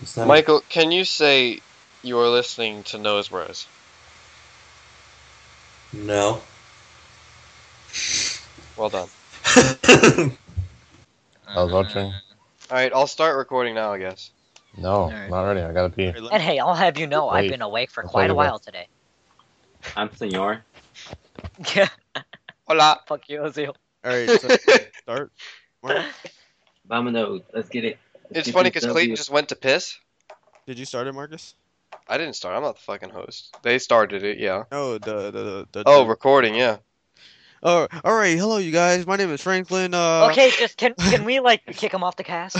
It's not Michael, can you say you are listening to Nose Bros? No. Well done. I was watching. All right, I'll start recording now, I guess. No, Alright. not ready. I gotta pee. Alright, And let- hey, I'll have you know Wait, I've been awake for I thought quite you a were- while today. I'm Senor. Yeah, Hola. fuck you, Ozil. alright, so start. Mark, Vamano, let's get it. Let's It's get funny these because Clayton Ws. just went to piss. Did you start it, Marcus? I didn't start. I'm not the fucking host. They started it, yeah. No, the the the. Oh, the- recording, yeah. oh, all right. Hello, you guys. My name is Franklin. Uh, Okay, just can can we like kick him off the cast?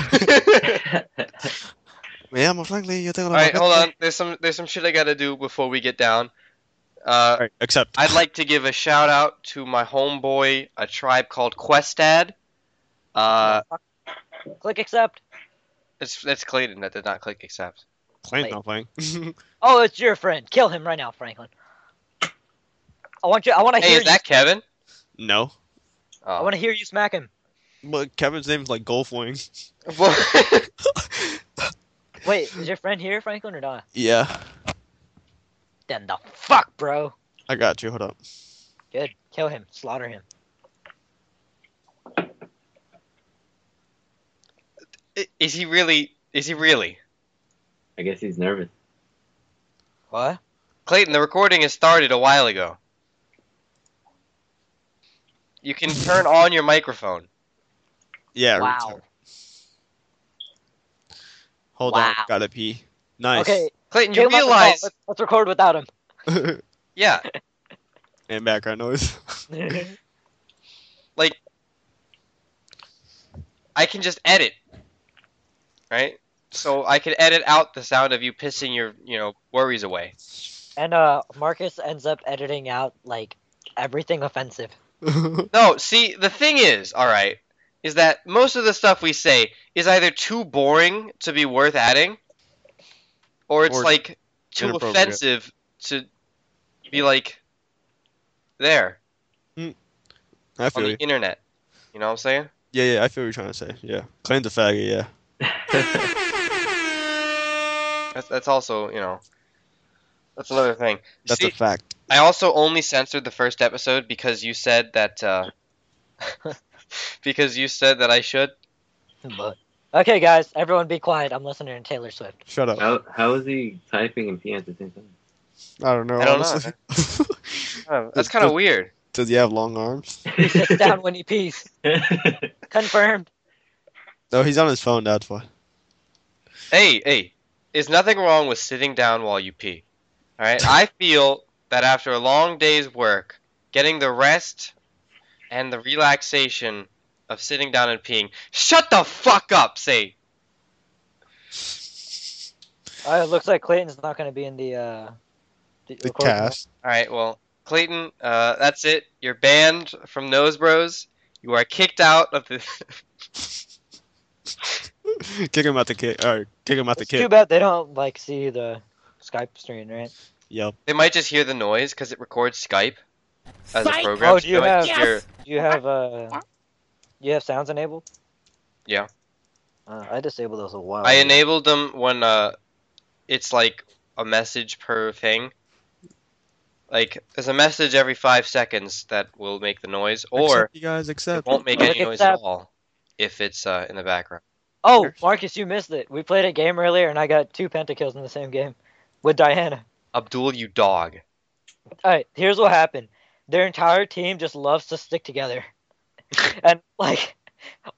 Yeah, I'm Franklin. You're thinking All right, about- hold on. There's some there's some shit I gotta do before we get down. Uh, Alright, accept. I'd like to give a shout out to my homeboy, a tribe called Questad. Uh, Click accept. it's it's Clayton that did not click accept. Clayton's not playing. Oh, it's your friend. Kill him right now, Franklin. I want you. I want to Hey, hear is that you. Kevin? no, I Oh. want to hear you smack him. but Kevin's name's like Goldwing. Oh. Wait, is your friend here, Franklin, or not? yeah, Then the fuck, bro. I got you. Hold up. Good. Kill him. Slaughter him. is he really? Is he really? I guess he's nervous. What? Clayton, the recording has started a while ago. You can turn on your microphone. Yeah. Wow. Hold on. Wow. Gotta pee. Nice. Okay. Clayton, kill you him off the call. realize? Let's, let's record without him. Yeah, and background noise. I can just edit, right? So I can edit out the sound of you pissing your, you know, worries away. and uh, Marcus ends up editing out like everything offensive. No, see, the thing is, all right, is that most of the stuff we say is either too boring to be worth adding, or it's Or like too inappropriate. offensive to be like there I on feel the you. internet. You know what I'm saying? Yeah, yeah. I feel what you're trying to say. Yeah. Clayton's a faggot. Yeah. That's, that's also, you know, that's another thing. That's see, a fact. I also only censored the first episode because you said that. Uh, because you said that I should. But okay, guys, everyone be quiet. I'm listening to Taylor Swift. Shut up. How how is he typing and peeing at the same time? I don't know. I don't know. honestly. Oh, That's That's kind of good. weird. Does he have long arms? He sits down when he pees. Confirmed. No, he's on his phone. That's why. Hey, hey, there's nothing wrong with sitting down while you pee. All right, I feel that after a long day's work, getting the rest and the relaxation of sitting down and peeing. Shut the fuck up, say. Uh, it looks like Clayton's not going to be in the uh, The recording. cast. All right, well, Clayton, uh, that's it. You're banned from Nose Bros. You are kicked out of the. kick him out the kid. Or kick him out the It's too kid. bad they don't like see the Skype stream, right? Yep. they might just hear the noise because it records Skype as a program. Oh, do you They might have? just hear- Do you have? Uh, you have sounds enabled? Yeah. Uh, I disabled those a while. I ago. enabled them when uh, it's like a message per thing. Like there's a message every five seconds that will make the noise, or Accept, you guys it accept. won't make Look any at noise that. at all if it's uh, in the background. Oh, Marcus, you missed it. We played a game earlier, and I got two pentakills in the same game with Diana. Abdul, you dog. All right, here's what happened. Their entire team just loves to stick together, and like,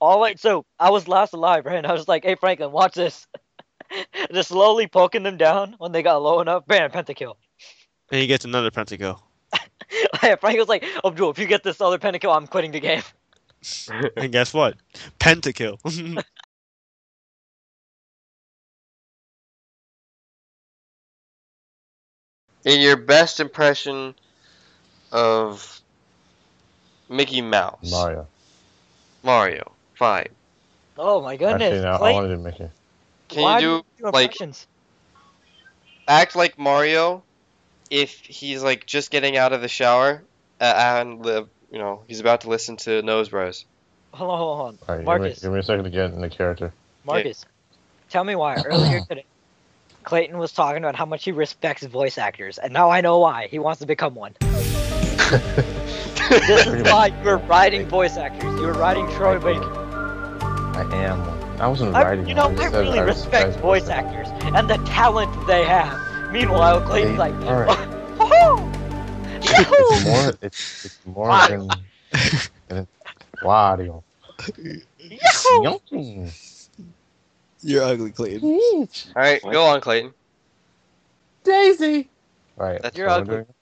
all right. So I was last alive, right? And I was like, "Hey, Franklin, watch this." just slowly poking them down when they got low enough. Bam, pentakill. And he gets another pentakill. Frank was like, Abdul, if you get this other pentakill, I'm quitting the game. and guess what? Pentakill. In your best impression of Mickey Mouse, Mario. Mario, fine. Oh my Actually, goodness. no, I Clay, want to do Mickey. Can why you do like- impressions? act like Mario if he's like just getting out of the shower uh, and the you know he's about to listen to Nose Bros. Hold on, hold on, hold on. All right, give me, Marcus, give me a second to get in the character. Marcus, Tell me why. Earlier today, Clayton was talking about how much he respects voice actors, and now I know why. He wants to become one. This is why you were riding voice actors. You were riding Troy Baker. I am. one. I wasn't I, writing. you know, one, I just said really respect voice actors and the talent they have. Meanwhile, Clayton's like, All right. "Woohoo! It's more. Yahoo! It's, it's more Wow. than. than Wario. Yahoo!" Yum. You're ugly, Clayton. All right, What? go on, Clayton. Daisy. Right. That's That's your what we're ugly. doing?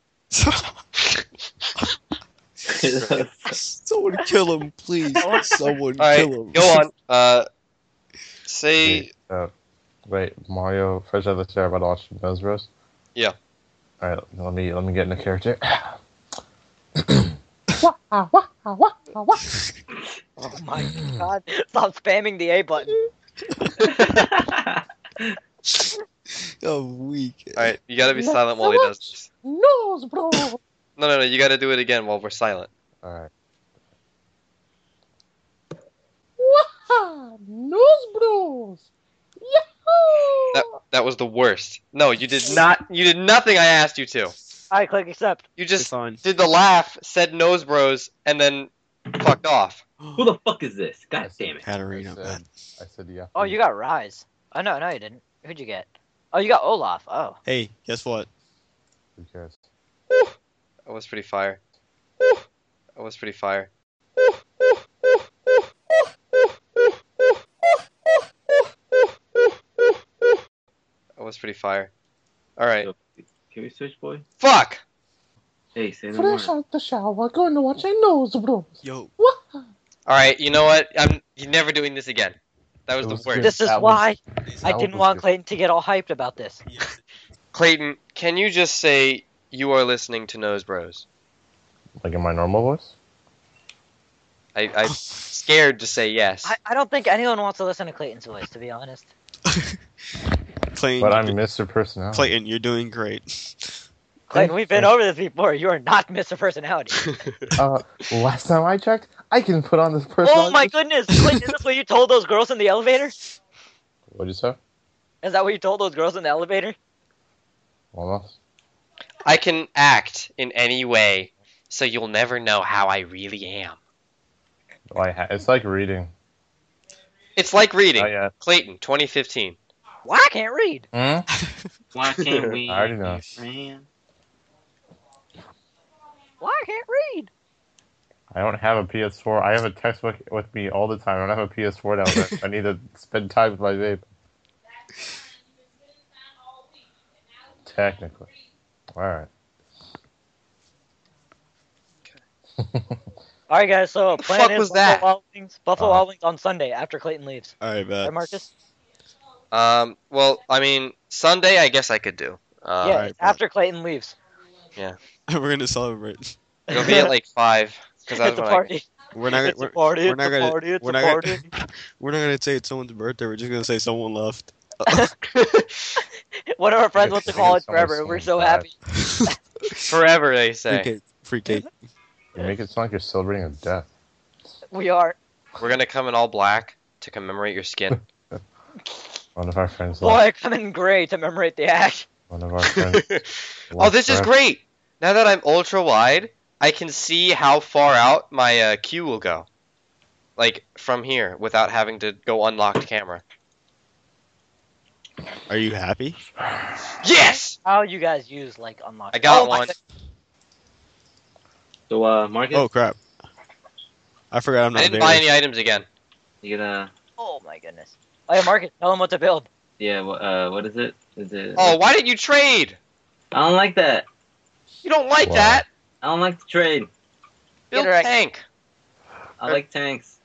Someone kill him, please. Someone All right, kill him. go on. Uh, say Uh, wait, Mario. First, I have to share about Austin Bros. Bros. Yeah. All right. Let me let me get in the character. Oh my god! Stop spamming the A button. I'm Oh, weak. all right. You gotta be silent while he does this. Nose, bro. All No, no, no. You gotta do it again while we're silent. right. Wow, nose bros. Yahoo! That that was the worst. No, you did not. You did nothing. I asked you to. I click accept. You It's just fine. did the laugh, said nose bros, and then fucked off. Who the fuck is this? God damn it. Katarina, That's, uh, man. I said yeah. Oh, you got Rise. Oh no, no, you didn't. Who'd you get? Oh, you got Olaf. Oh, Hey, guess what? Who cares? That was pretty fire. That was pretty fire. That was pretty fire. All right. Can we switch, boy? Fuck. Hey, say no more. out the shower, going to watch a nose bros. Yo, All right. You know what? I'm. You're never doing this again. That was, It was the worst. good. this is that was- why I that didn't was want good. Clayton to get all hyped about this. Clayton, can you just say you are listening to Nose Bros? Like in my normal voice? I, I'm scared to say yes. I, I don't think anyone wants to listen to Clayton's voice, to be honest. Clayton, But you're I'm do- Mr. Personality. Clayton, you're doing great. Clayton, we've been Thank- over this before. You are not Mr. Personality. Uh, last time I checked, I can put on this personality. oh my goodness, Clayton, is this what you told those girls in the elevator? What'd you say? Is that what you told those girls in the elevator? Almost. I can act in any way, so you'll never know how I really am. Oh, I ha- it's like reading. It's like reading. Not yet. Clayton, 2015. Why I can't read? Hmm? Why can't we? I already know. Man. Why I can't read? I don't have a PS4. I have a textbook with me all the time. I don't have a PS4 now. but I need to spend time with my baby. Technically. Alright. All right, guys. So plan fuck is was Buffalo that? Wild Wings. Buffalo Uh. Wild Wings on Sunday after Clayton leaves. All right, Right, man. Marcus? Um, well, I mean, Sunday, I guess I could do. yeah, Uh, Alright, it's after Clayton leaves. We're gonna celebrate. It'll be at like 5. Cause that's It's a when party. We're not. It's a We're, party. we're It's not a gonna- party. It's we're a not gonna- party. we're not gonna say it's someone's birthday. We're just gonna say someone left. One of our friends went I think it's to college almost forever. We're someone's so dad. happy. I, forever, they free say. cake. Free cake. You make it sound like you're celebrating a death. We are. We're gonna come in all black to commemorate your skin. One of our friends Boy, left. I come in gray to commemorate the act. One of our friends. oh, left this is forever. great! Now that I'm ultra wide, I can see how far out my uh, cue will go. Like, from here, without having to go unlocked camera. Are you happy? Yes! How you guys use like unlock? I got Oh my one. God. So, uh, Marcus, Oh crap! I forgot I'm I not didn't there. buy any items again. you gonna, Oh my goodness. Oh yeah, Marcus, tell him what to build. yeah, wha- uh, what is it? Is it? Oh, why didn't you trade? I don't like that. You don't like Wow. that. I don't like the trade. Build Get her- tank. I like tanks.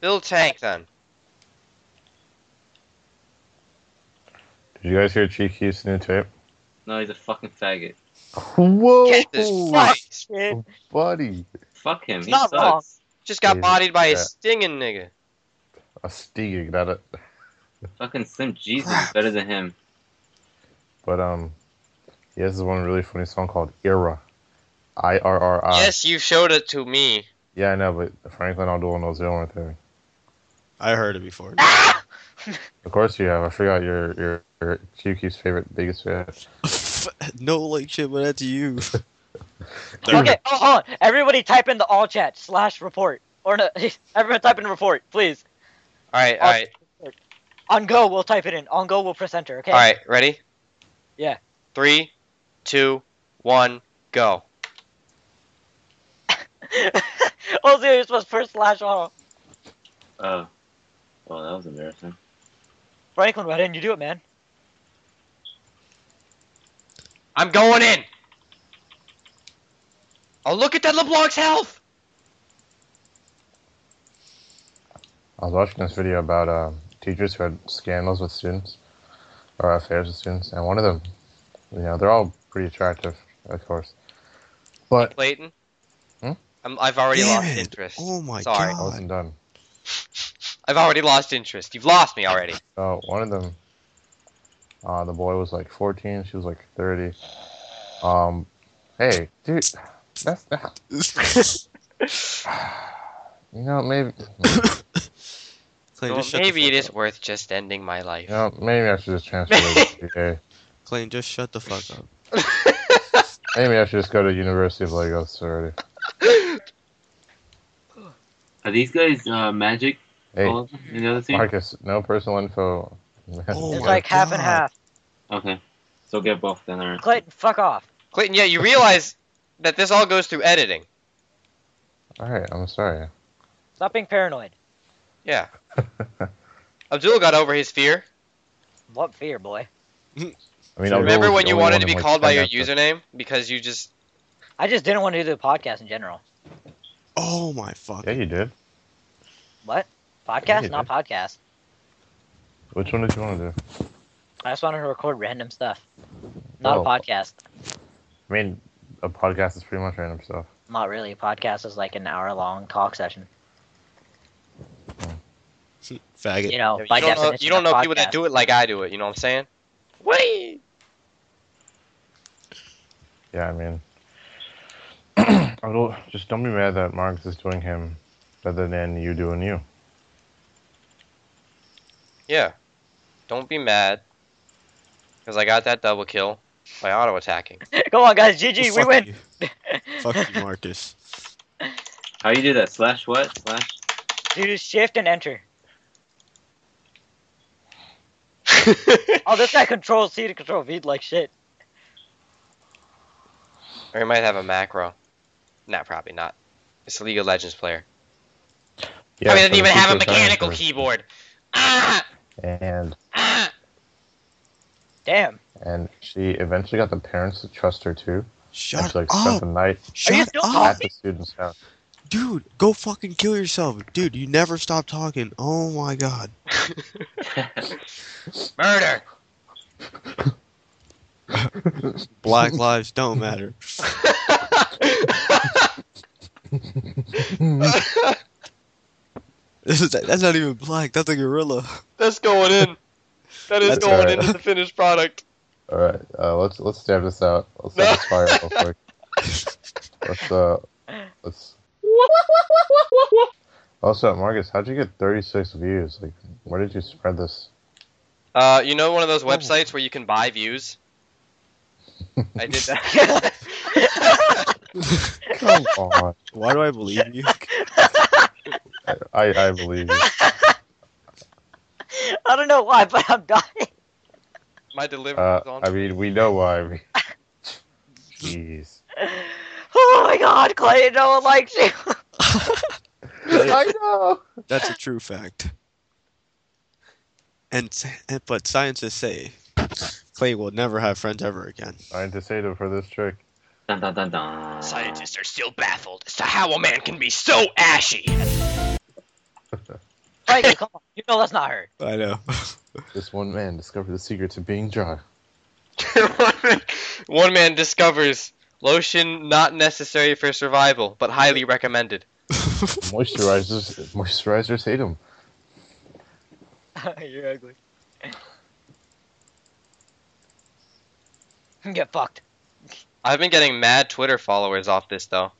Build tank then. Did you guys hear Cheeky's new tape? No, he's a fucking faggot. Oh, Whoa, Get this Christ. Kid. buddy. Fuck him. It's he not sucks. wrong. Just got Jesus. bodied by a Yeah. stinging nigga. A steeging at it. Fucking Slim Jesus is better than him. But um, he has this one really funny song called "Era," I R R I. yes, you showed it to me. Yeah, I know, but Franklin Aldo knows the only thing. Ah! I heard it before. Of course you have. I forgot your your, your Chiyuki's favorite biggest fan. no like shit, but that's you. Okay, oh, hold on. Everybody type in the all chat slash report. Or no, everyone type in report, please. All right, Oh, all right, On go, we'll type it in. On go, we'll press enter, okay? all right. Ready? Yeah. Three, two, one, go. oh, dude, this was first slash all. Oh. Well, that was embarrassing. Franklin, why didn't you do it, man? I'm going in. Oh, look at that LeBlanc's health. I was watching this video about um, teachers who had scandals with students or affairs with students, and one of them, you know, they're all pretty attractive, of course, but Clayton. Hmm? I'm, I've already Damn lost it. interest. Oh my Sorry. I wasn't done. I've already lost interest. You've lost me already. So one of them, uh, the boy was like 14, she was like 30. Um, hey, dude, that's that. Clay, You know, maybe, Well, just shut the maybe fuck it is up. worth just ending my life. you know, maybe I should just transfer to UGA. Clay, just shut the fuck up. Maybe I should just go to University of Lagos already. Are these guys uh, magic? Hey, Oh, All of them? And the other two? Marcus, no personal info. Oh it's my like half and God. half. Okay. So get both then, alright. Clayton, fuck off. Clayton, yeah, you realize that this all goes through editing. All right, I'm sorry. Stop being paranoid. Yeah. Abdul got over his fear. What fear, boy? I mean, So I'll go Remember with when the you only wanted one to be I'm, like, called by your 10 after. username because you just I just didn't want to do the podcast in general. Oh my fuck. Yeah, you did. What? Yeah, Podcast? you Not did. podcast. Which one did you want to do? I just wanted to record random stuff. Not Oh. a podcast. I mean, a podcast is pretty much random stuff. Not really. A podcast is like an hour long talk session. Faggot. You know, you by don't know, definition. you don't a know people podcast- that do it like I do it. You know what I'm saying? Wait. Yeah, I mean, I don't, just don't be mad that Marcus is doing him rather than you doing you. Yeah. Don't be mad because I got that double kill by auto attacking. Go on, guys. GG, we Oh, Fuck win. you. Fuck you, Marcus. How you do that? Slash what? Slash? Do shift and enter. Oh, this guy controls C to control V like shit. or he might have a macro. Nah, probably not. It's a League of Legends player. Yeah, I mean, so the doesn't even have a teacher's mechanical trying to- keyboard. Ah, And ah. Damn. and she eventually got the parents to trust her too. and Shut she like oh. spent up. the night Are you Shut still up. at the student's house. Dude, go fucking kill yourself. Dude, you never stop talking. Oh my god. Murder. Black lives don't matter. This is- That's not even black. That's a gorilla. That's going in. That is That's going alright. into the finished product. All right, uh, let's let's stab this out. Let's let this fire real quick. Let's uh, let's. Also, Marcus, how'd you get 36 views? Like, where did you spread this? Uh, you know one of those Oh. websites where you can buy views? I did that. Come on, Why do I believe you? I I believe you. I don't know why, but I'm dying. My delivery Uh, was on. I mean, we know why. We... Jeez. Oh my god, Clay, no one likes you. I know. That's a true fact. And, s- and but scientists say Clay will never have friends ever again. Scientists for this trick. Dun, dun, dun, dun. Scientists are still baffled as to how a man can be so ashy. Franklin, come on. You know that's not her. I know. This one man discovered the secret to being dry. one man discovers lotion not necessary for survival, but highly recommended. Moisturizers, moisturizers hate him. You're ugly. Get fucked. I've been getting mad Twitter followers off this though.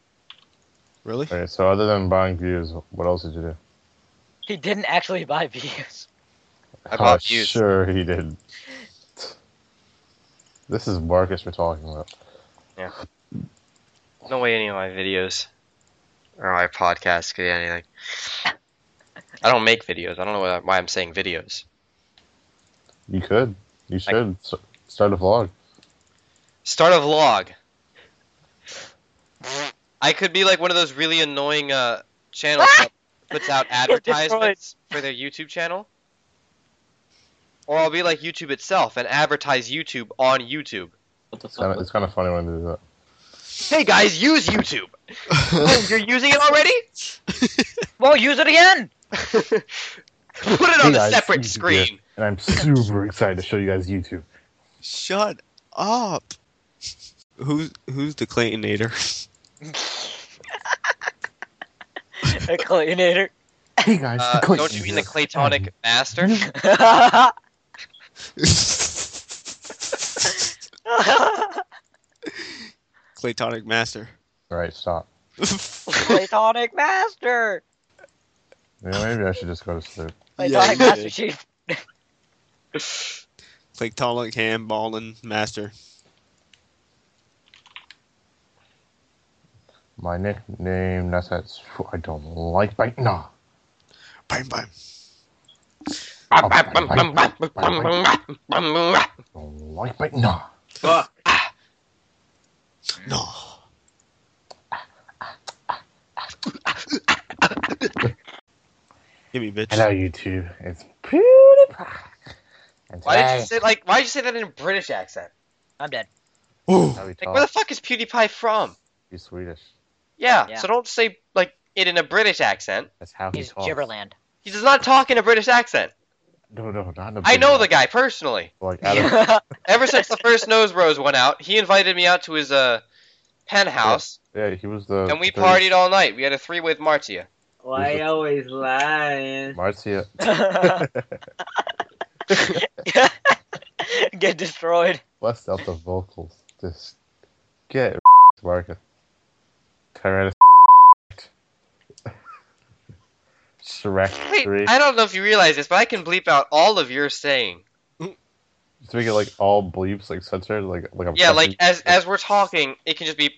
really? All right, so other than buying views, what else did you do? He didn't actually buy views. I Oh, bought views. sure he did. This is Marcus we're talking about. No way any of my videos or my podcasts could be anything. I don't make videos. I don't know why- why I'm saying videos. You could. You should s start a vlog. Start a vlog. I could be like one of those really annoying uh, channels that puts out advertisements for their YouTube channel. Or I'll be like YouTube itself and advertise YouTube on YouTube. What the It's kind fuck? Uh, of, it's kind of funny when they do that. Hey guys, use YouTube! Oh, you're using it already? Well, use it again. Put it Hey on a guys, separate YouTube screen. here. And I'm super excited to show you guys YouTube. Shut up. Who's who's the Claytonator? A Claytonator. Hey guys, Uh, the don't you mean the Claytonic Master? Claytonic Master. All right, stop. Platonic Master. Yeah, maybe I should just go to sleep. Platonic you Master did. Chief. Claytonic Ham Ballin Master. My nickname, that's that's I don't like bite. Nah. Bam bam. Don't like bite. Nah. Fuck. No. Give me bitch. Hello, YouTube. It's PewDiePie. And Why did today- you say like? Why did you say that in a British accent? I'm dead. Ooh. How we Like, where the talk? fuck is PewDiePie from? He's Swedish. Yeah, Yeah. so don't say like it in a British accent. That's how he He's talks. Gibberland. He does not talk in a British accent. No, no, not in a I big know way. the guy personally. Like, I don't- Yeah. Ever since the first Nose Rose went out, he invited me out to his uh penthouse, yeah, he was the. and we the- partied all night. We had a three with Martia. Why you always lying? Marcia. Get destroyed. Bust out the vocals. Just get Marcus. Tyrannus. Shrek Wait, 3. I don't know if you realize this, but I can bleep out all of your saying. So we get like all bleeps, like censored, like like I'm Yeah, like fucking- as as we're talking, it can just be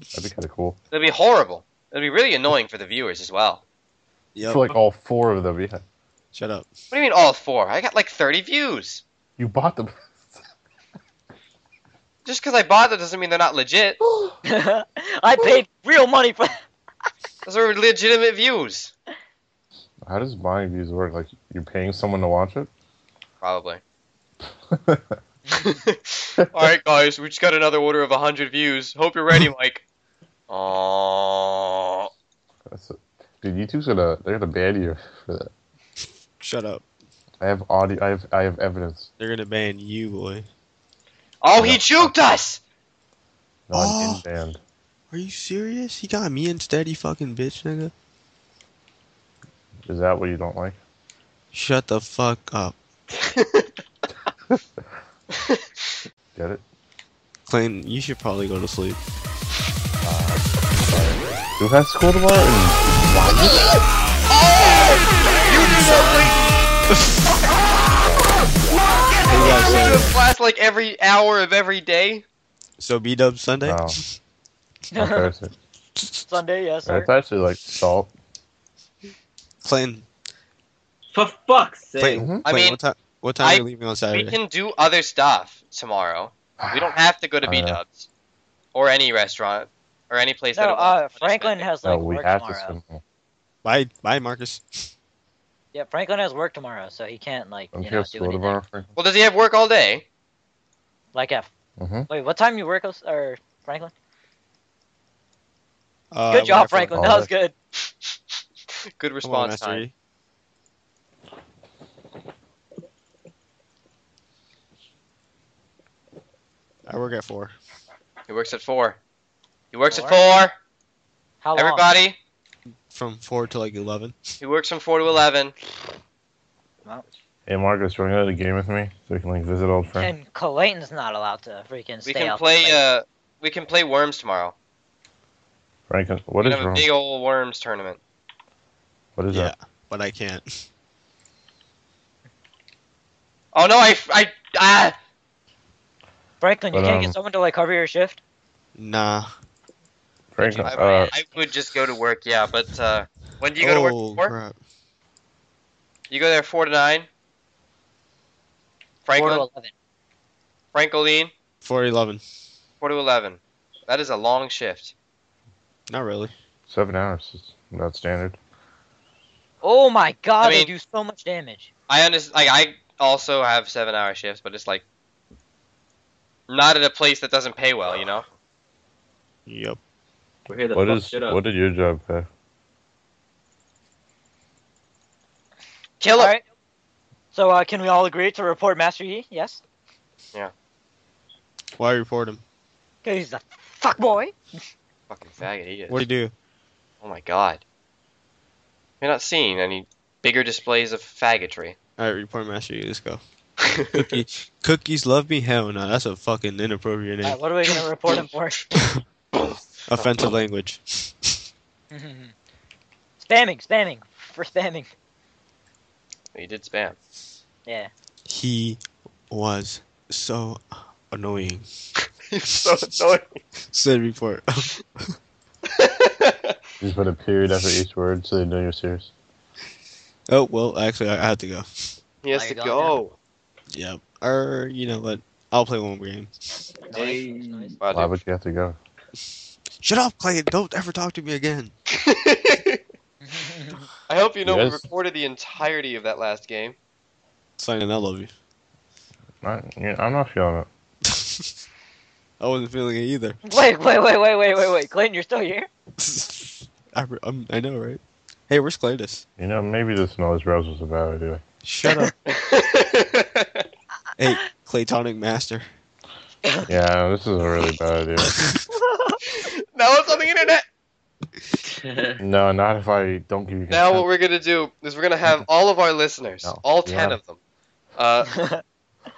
that'd be kind of cool. it'll be horrible. It'll be really annoying for the viewers as well. Yep. For like all four of them, yeah. Shut up. What do you mean all four? I got like 30 views. You bought them. Just because I bought them doesn't mean they're not legit. I paid real money for. Those are legitimate views. How does buying views work? Like you're paying someone to watch it? Probably. Alright, guys, we just got another order of 100 views. Hope you're ready, Mike. Aww. That's it. Dude, YouTube's gonna they're gonna ban you for that. Shut up. I have audio. I have I have evidence. They're gonna ban you, boy. Oh, he juked us! No, I'm Oh. in banned. Are you serious? He got me instead, you fucking bitch nigga. Is that what you don't like? Shut the fuck up. Get it? Clayton, you should probably go to sleep. Who has school tomorrow? And I go to class like every hour of every day. So B dub Sunday? no, on Thursday. Sunday, yes, sir. It's actually like salt. Clayton, For fuck's sake. Clayton, Clayton I mean, what, ti- what time I- are you leaving on We Saturday? can do other stuff tomorrow. We don't have to go to I B know. Dubs or any restaurant or any place No, that uh, Franklin has No, like Oh, we work have to tomorrow. swim. uh, home. Bye, bye, Marcus. Yeah, Franklin has work tomorrow, so he can't like Don't you you know have do school anything. tomorrow? Franklin? Well, does he have work all day? Like F. Mhm. Wait, what time you work, us- or Franklin? Uh, Good whatever. job, Franklin. All That was good. Good Come on, response Master time. E. I work at four. He works at four. He works Four? at four. How long? Everybody, From four to like eleven. he works from four to eleven. Hey Marcus, you want to go to the game with me so we can like visit old friends? And Clayton's not allowed to freaking We stay can out play. late. Uh, we can play Worms tomorrow. Franklin, what We is have a wrong? big old Worms tournament. What is yeah, that? but I can't. Oh no, I, I, ah, Franklin, you But, can't um, get someone to like cover your shift. Nah. Franklin, I, uh, I would just go to work. Yeah, but uh, when do you go to Oh, work? For? crap. You go there four to nine. Four Franklin, to eleven. Franklin, 411. four to eleven. That is a long shift. Not really. seven hours is not standard. Oh my god, I mean- they do so much damage. I understand. Like I also have seven hour shifts, but it's like not at a place that doesn't pay well. You know. Yep. We're here to What fuck is shit up. what did your job pay? Kill him. All right. So uh, can we all agree to report Master Yi? Yes. Why report him? Cause he's a fuck boy. Fucking faggot. He is. What'd he do? Oh my god. You're not seeing any bigger displays of faggotry. Alright, report Master Yi. Let's go. Cookie. Cookies love me? Hell no. That's a fucking inappropriate All right, name. what are we gonna report him for? Offensive language. spamming, spamming, for spamming. he did spam. Yeah. He was so annoying. He's so annoying. Said report. Just put a period after each word so they know you're serious. oh, well, actually, I, I have to go. he has to Are you going go. Yep. Or, you know what? I'll play one more game. Nice, Hey. nice, nice. Wow, Why dude. would you have to go? Shut up, Clay. Don't ever talk to me again. I hope you know we Yes. recorded the entirety of that last game. Simon, I love you. Not, you- I'm not feeling it. I wasn't feeling it either. wait, wait, wait, wait, wait, wait, wait. Clayton, you're still here? I, re- um, I know, right? Hey, where's Cletus? You know, maybe this Smells Rose was about anyway. Shut up. hey, Claytonic Master. Yeah, this is a really bad idea. now it's on the internet. No, not if I don't give you Now what consent. we're gonna do is we're gonna have all of our listeners, No. all ten Yeah. Mm-hmm. of them, uh,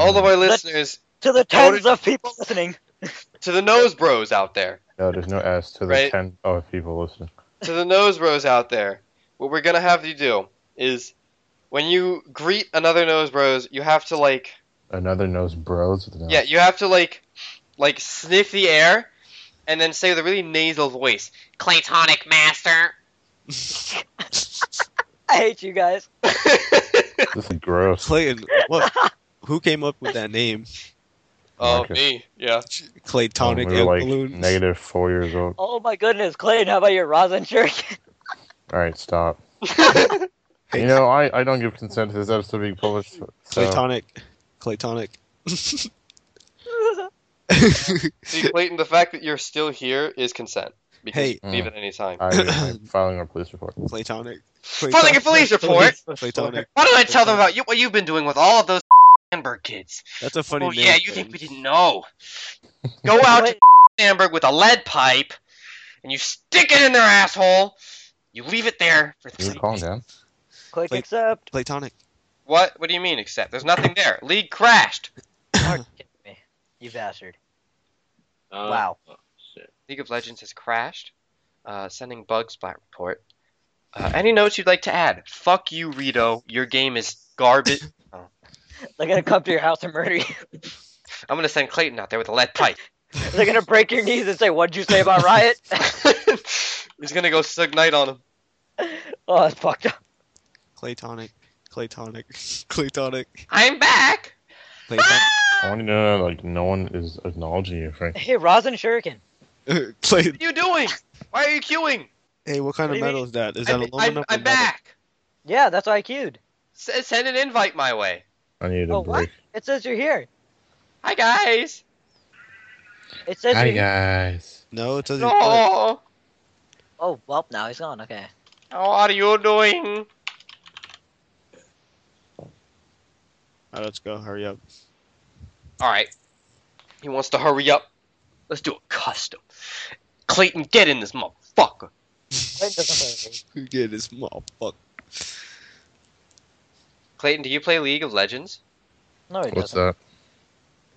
all of our Let's- listeners to the Order- tens of people listening. to the nose bros out there. No, there's no S to the Right. 10 oh, people listening. to the nose bros out there, what we're gonna have you do is when you greet another nose bros, you have to like Another knows bros with an yeah, S. you have to like like sniff the air and then say with a really nasal voice, Claytonic Master. I hate you guys. This is gross. Clayton, what? Who came up with that name? oh Okay. me, yeah. Um, we Claytonic were Egg like Balloon. negative four years old. Oh my goodness, Clayton, how about your rosin shirt? All right, stop. Hey. You know, I, I don't give consent to this episode being published. So Claytonic. Claytonic. See Clayton, the fact that you're still here is consent. Because Hey. you can leave at any time. I, I'm filing a police report. Claytonic. Filing uh, a police report. Claytonic. Why don't I tell them about you what you've been doing with all of those Amberg kids? That's a funny oh name. yeah, you think we didn't know? Go out to Wait, Hamburg with a lead pipe, and you stick it in their asshole. You leave it there for Can you three. calm down? click Clay- accept. Claytonic. What? What do you mean? Except there's nothing there. League crashed. Are you kidding me? You bastard. Uh, Wow. oh, shit. League of Legends has crashed. Uh, sending bug spot report. Uh, any notes you'd like to add? Fuck you, Rito. Your game is garbage. They're gonna come to your house and murder you. I'm gonna send Clayton out there with a lead pipe. They're gonna break your knees and say, "What'd you say about riot?" He's gonna go Sug Knight on him. oh, that's fucked up. Claytonic. Claytonic. Claytonic. I'm back. Claytonic. I want you to know, like, no one is acknowledging you, Frank. Hey, rosin shuriken. Clay. What are you doing? Why are you queuing? Hey, what What kind of do you metal mean? is that? Is that I'm, aluminum? I'm, or I'm metal? back. Yeah, that's why I queued. S- send an invite my way. I need a Oh, what? break. It says you're here. Hi guys. It says Hi, you're. Here. guys. No, it doesn't. Oh. No. Oh, well, now he's gone. Okay. How are you doing? Alright, let's go. Hurry up. All right. He wants to hurry up. Let's do a custom. Clayton, get in this motherfucker. Clayton doesn't play Who did this motherfucker? Clayton, do you play League of Legends? League. No, he What's doesn't.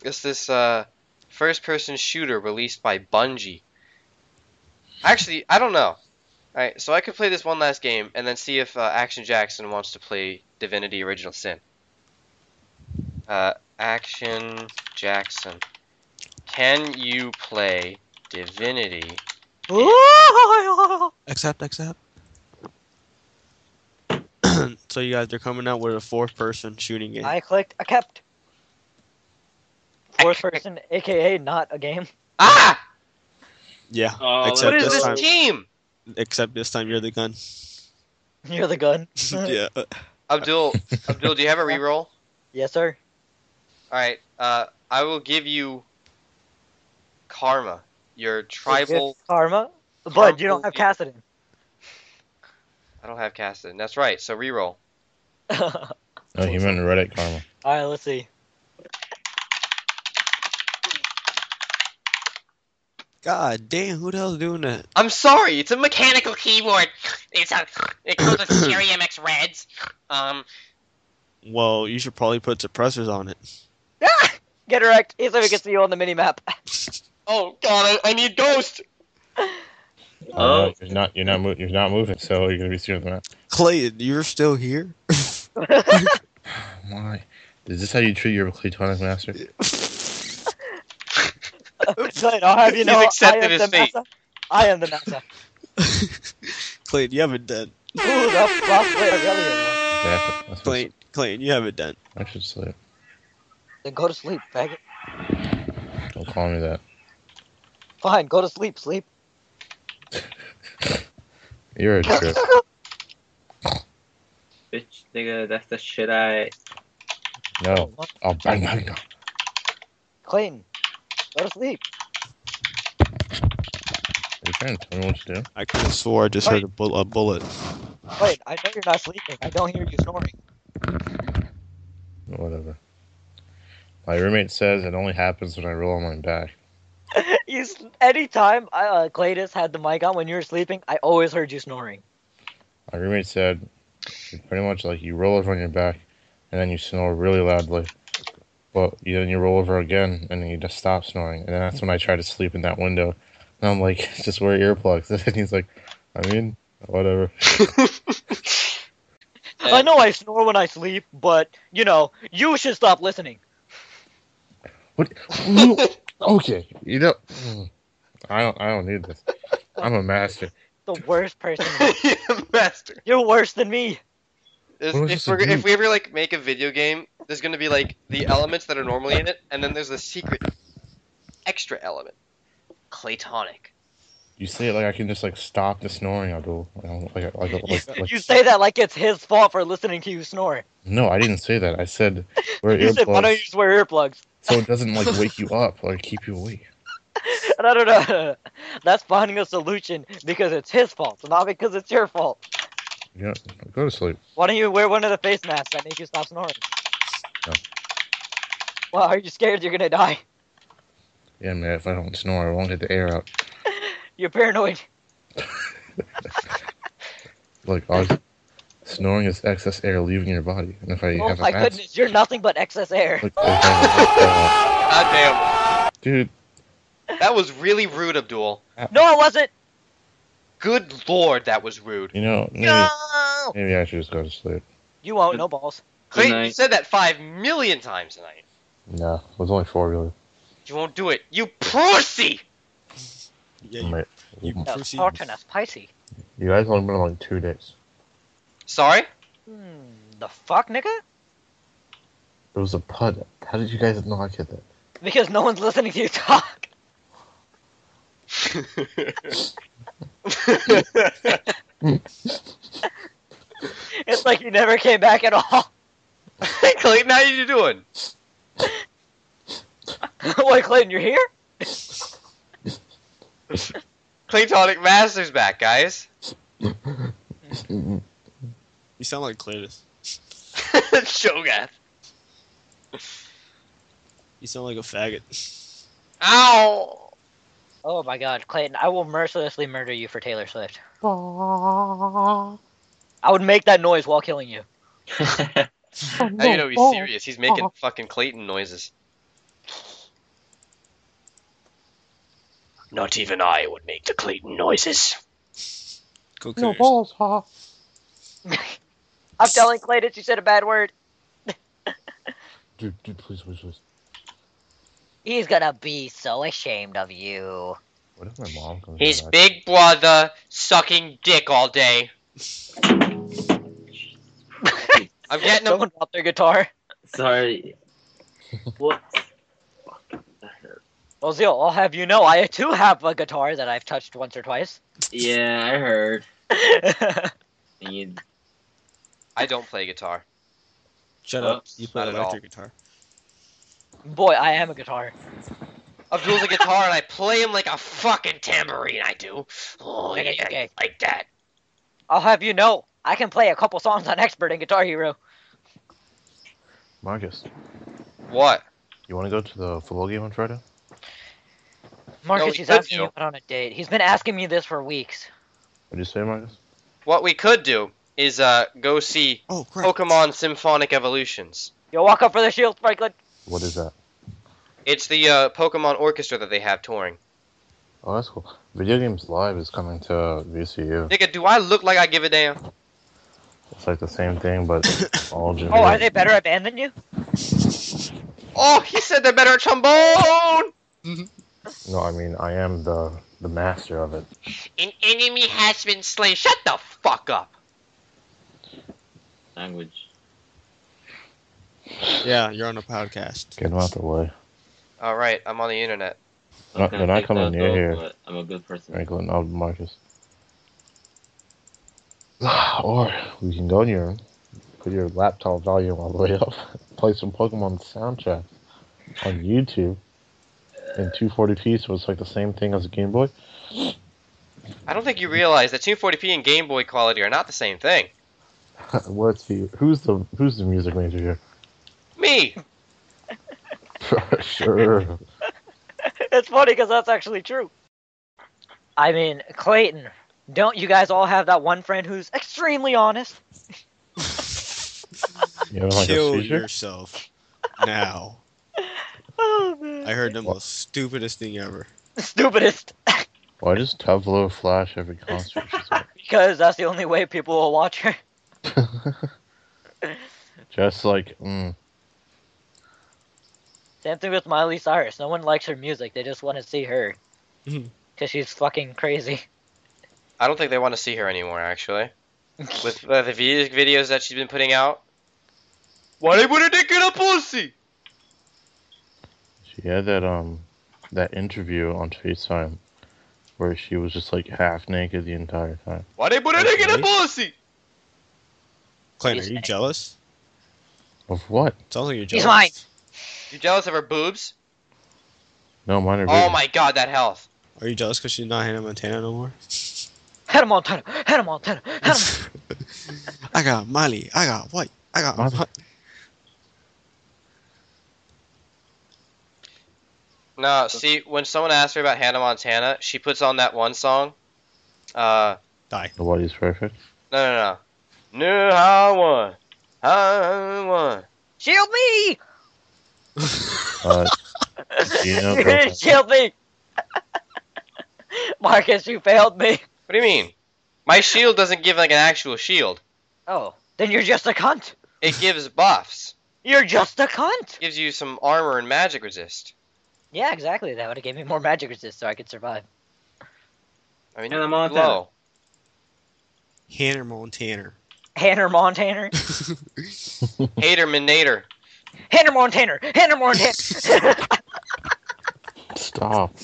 that? It's this uh, first-person shooter released by Bungie. Actually, I don't know. All right, so I could play this one last game and then see if uh, Action Jackson wants to play Divinity: Original Sin. Uh, Action Jackson. Can you play Divinity? Accept, accept. so you guys, they're coming out with a fourth-person shooting game. I clicked. I kept. Fourth person, aka not a game. Ah! yeah. Oh, except What is this, this time, team? except this time you're the gun. You're the gun. yeah. Abdul, Abdul, do you have a reroll? Yes, sir. All right. Uh, I will give you karma. Your tribal. It's karma. But you don't Tribal- have Cassidy. I don't have Cassidy. That's right. So reroll. All No, he Oh, meant Reddit karma. right, let's see. God damn, who the hell's doing that? I'm sorry. It's a mechanical keyboard. It's a. It comes with Siri MX Reds. Um, Well, you should probably put suppressors on it. Ah! Get erect. Here's how we can see you on the mini map. Oh God, I, I need ghost. Oh, Oh. no, you're not. You're not. Mo- you're not moving. So you're gonna be sooner than that. Clayton, you're still here? Why? Is this how you treat your Platonic master? Clint, I'll have you He's know. accepted I am his the fate. NASA. I am the NASA. Clayton, you haven't done. Ooh, that's Ross Blair, really, though. Yeah, that's what Clayton, Clayton, you haven't done. I should sleep. Then go to sleep, faggot. Don't call me that. Fine, go to sleep, sleep. You're a jerk. Bitch, nigga, that's the shit I. No. Oh, bang, bang, bang. Clayton, go to sleep. Are you trying to tell me what to do? I could have swore I just heard a, bull- a bullet. Clayton, I know you're not sleeping. I don't hear you snoring. Whatever. My roommate says it only happens when I roll on my back. you, s- anytime I, uh, Claytus had the mic on when you were sleeping, I always heard you snoring. My roommate said it's pretty much like you roll over on your back and then you snore really loudly. But you, then you roll over again and then you just stop snoring. And then that's when I try to sleep in that window. And I'm like, just wear earplugs. And he's like, I mean, whatever. I know I snore when I sleep, but you know, you should stop listening. What? you- okay, you know, I don't. I don't need this. I'm a master. The worst person. Master. You're worse than me. There's- What was if, this a we're, g- if dude? we ever like make a video game, there's gonna be like the elements that are normally in it, and then there's the secret extra element, Claytonic. You say it like I can just like stop the snoring, Abdul. I don't- Like, like, like, like, You say that like it's his fault for listening to you snore. no, I didn't say that. I said wear You said, why don't you earplugs just wear earplugs? so it doesn't like wake you up or keep you awake. And I don't know. That's finding a solution because it's his fault, not because it's your fault. You know, go to sleep. Why don't you wear one of the face masks that make you stop snoring? No. Well, are you scared you're gonna die? Yeah, man. If I don't snore, I won't get the air out. You're paranoid. Like, I snoring is excess air leaving your body, and if I oh have a my mask, goodness, you're nothing but excess air. like, if I have a- Ah, God dude, damn, that was really rude, Abdul. No, I wasn't. Good lord, that was rude. you know, maybe, No. maybe I should just go to sleep. You won't. No balls. Clayton, you night. said that five million times tonight. No, it was only four really. You won't do it, you pussy. Yeah, you, Right. you That was proceed. hot and that's spicy. You guys only been on like two days. Sorry, Hmm, the fuck, nigga? It was a pud. How did you guys know I get that? Because no one's listening to you talk. It's like you never came back at all. Clayton, how you doing? Wait, Clayton, you're here? Claytonic Master's back, guys. You sound like Clayton. Shogath. You sound like a faggot. Ow. Oh my god, Clayton, I will mercilessly murder you for Taylor Swift. I would make that noise while killing you. Now you know he's serious. He's making fucking Clayton noises. not even I would make the Clayton noises. Go Cougars. I'm telling Clayton, she said a bad word. dude, dude, please, please, please. He's gonna be so ashamed of you. What if my mom comes His back? big brother uh, sucking dick all day. I'm getting him. Someone dropped their guitar. Sorry. what? Fuck, that hurt. Well, Zeal, I'll have you know, I too have a guitar that I've touched once or twice. Yeah, I heard. And you, I don't play guitar. Shut Well, up. You play not at electric guitar. Boy, I am a guitar. Abdul's a guitar and I play him like a fucking tambourine. I do. Oh Okay, yeah, okay. like that. I'll have you know, I can play a couple songs on Expert and Guitar Hero. Marcus, What? you want to go to the football game on Friday? Marcus, we he's could asking do. me out on a date. He's been asking me this for weeks. What did you say, Marcus? What we could do is uh go see Oh crap! Pokemon Symphonic Evolutions. Yo, walk up for the shield, Franklin. What is that? It's the uh, Pokemon orchestra that they have touring. Oh, that's cool. Video Games Live is coming to VCU. Nigga, do I look like I give a damn? It's like the same thing, but all Jimmy. Oh, are they better at band than you? Oh, he said they're better at trombone. No, I mean, I am the the master of it. An enemy has been slain. Shut the Fuck up. language. Yeah, you're on a podcast. Get them out the way. All right, I'm on the internet. I'm No, kinda they're not freaked coming out, near though, here. but I'm a good person. Franklin, oh, Marcus. Or we can go in your put your laptop volume all the way up, play some Pokemon soundtrack on YouTube in 240p, so it's like the same thing as a Game Boy. I don't think you realize that 240p and Game Boy quality are not the same thing. What's the who's the who's the music major here? Me. sure. it's funny because that's actually true. I mean, Clayton, don't you guys all have that one friend who's extremely honest? You have like a Kill seizure? yourself now. Oh, man. I heard the What? most stupidest thing ever. Stupidest, Why does Tevlo flash every concert? she's at? because that's the only way people will watch her. Just like mm, Same thing with Miley Cyrus. No one likes her music. They just want to see her. Mhm. Because she's fucking crazy. I don't think they want to see her anymore, actually. With uh, the vi- videos that she's been putting out. Why they put a dick in a pussy? She had that um that interview on FaceTime where she was just like half naked the entire time. Why they put a dick in a Okay. pussy? Clayton, are He's you saying- jealous? Of what? Sounds like you're He's jealous. lying. You jealous of her boobs? No, mine are Oh vegan. my god, that health. Are you jealous because she's not Hannah Montana no more? Hannah Montana! Hannah Montana! Hannah I got Miley. I got White. I got Miley. No, see, when someone asks her about Hannah Montana, she puts on that one song. Uh, Die. Nobody's perfect. no, no, no. New high one, high one. Shield me! Uh, do you know girlfriend? Shield me! Marcus, you failed me. What do you mean? My shield doesn't give like an actual shield. Oh, then you're just a cunt. It gives buffs. You're just a cunt. Gives you some armor and magic resist. Yeah, exactly. That would have gave me more magic resist so I could survive. I mean, Hannah you're Montana. low. Hannah Montana. Hanner Montaner. Hater Minator. Hanner Montaner. Hanner Montaner. Stop.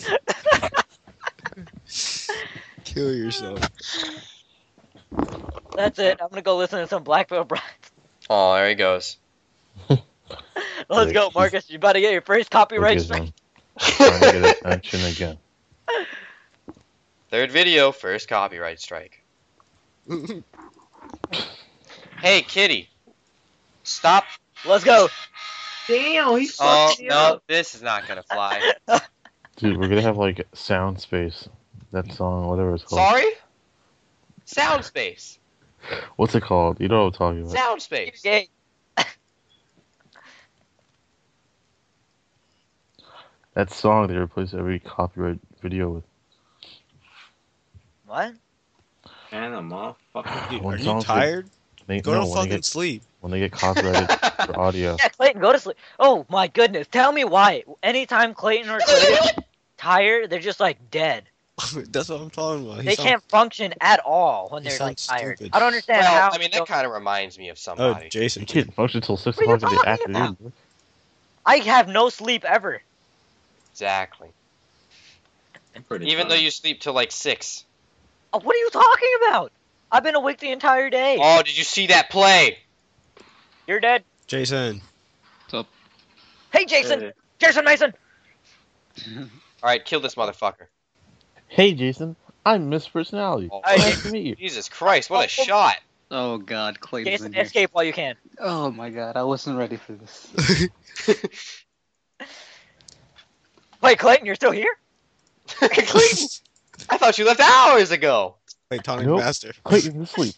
Kill yourself. That's it. I'm gonna go listen to some Black Veil Brides. Oh, there he goes. Let's go, Please. Marcus. You about to get your first copyright strike. Buddhism. Trying to get uh, attention again. Third video, first copyright strike. Hey, kitty. Stop. Let's go. Damn, he Oh, no, this is not gonna fly. Dude, we're gonna have like sound space. That song, whatever it's called. Sorry? Sound space. What's it called? You know what I'm talking about. Sound space. Yay. That song they replace every copyright video with. What? Hannah, motherfucker. Dude, One are you song's like- tired? They, Go no, to when, fucking they get, sleep. when they get copyrighted for audio. Yeah, Clayton, go to sleep. Oh my goodness, tell me why. Anytime Clayton or Clayton tired, they're just like dead. That's what I'm talking about. He they sound- can't function at all when he they're like sounds tired. stupid. I don't understand well, how. I mean, that kind of reminds me of Oh, somebody. Jason. You can't function until six What are you o'clock in the talking afternoon. bro. I have no sleep ever. exactly. I'm pretty Even though fine. you sleep till like six. Uh, What are you talking about? I've been awake the entire day. Oh, did you see that play? You're dead. Jason. Hey, Jason. Hey. Jason Mason. All right, kill this motherfucker. Hey, Jason, I'm Miss Personality. Oh, I- Nice to meet you. Jesus Christ, what a Oh. shot! Oh god, Clayton's in Jason, here. escape while you can. Oh my god, I wasn't ready for this. Wait, Clayton, you're still here? Clayton, I thought you left hours ago. Platonic Nope. master. Clayton is asleep.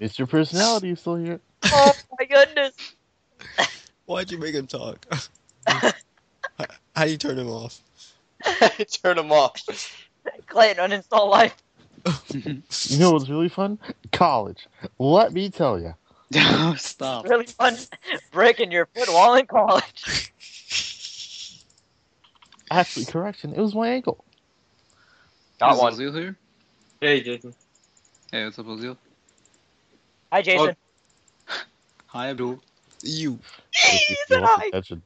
Miss your personality is still here. Oh my goodness. Why'd you make him talk? how, how you turn him off? Turn him off. Clayton, uninstall life. You know what's really fun? College. Let me tell you. No, stop. Really fun breaking your foot while in college. Actually, correction, it was my ankle. Got Is one. Ozil here? Hey, Jason. Hey, what's up, Ozil? Hi, Jason. Hi, Abdul. You. If you He's feel an eye. attention.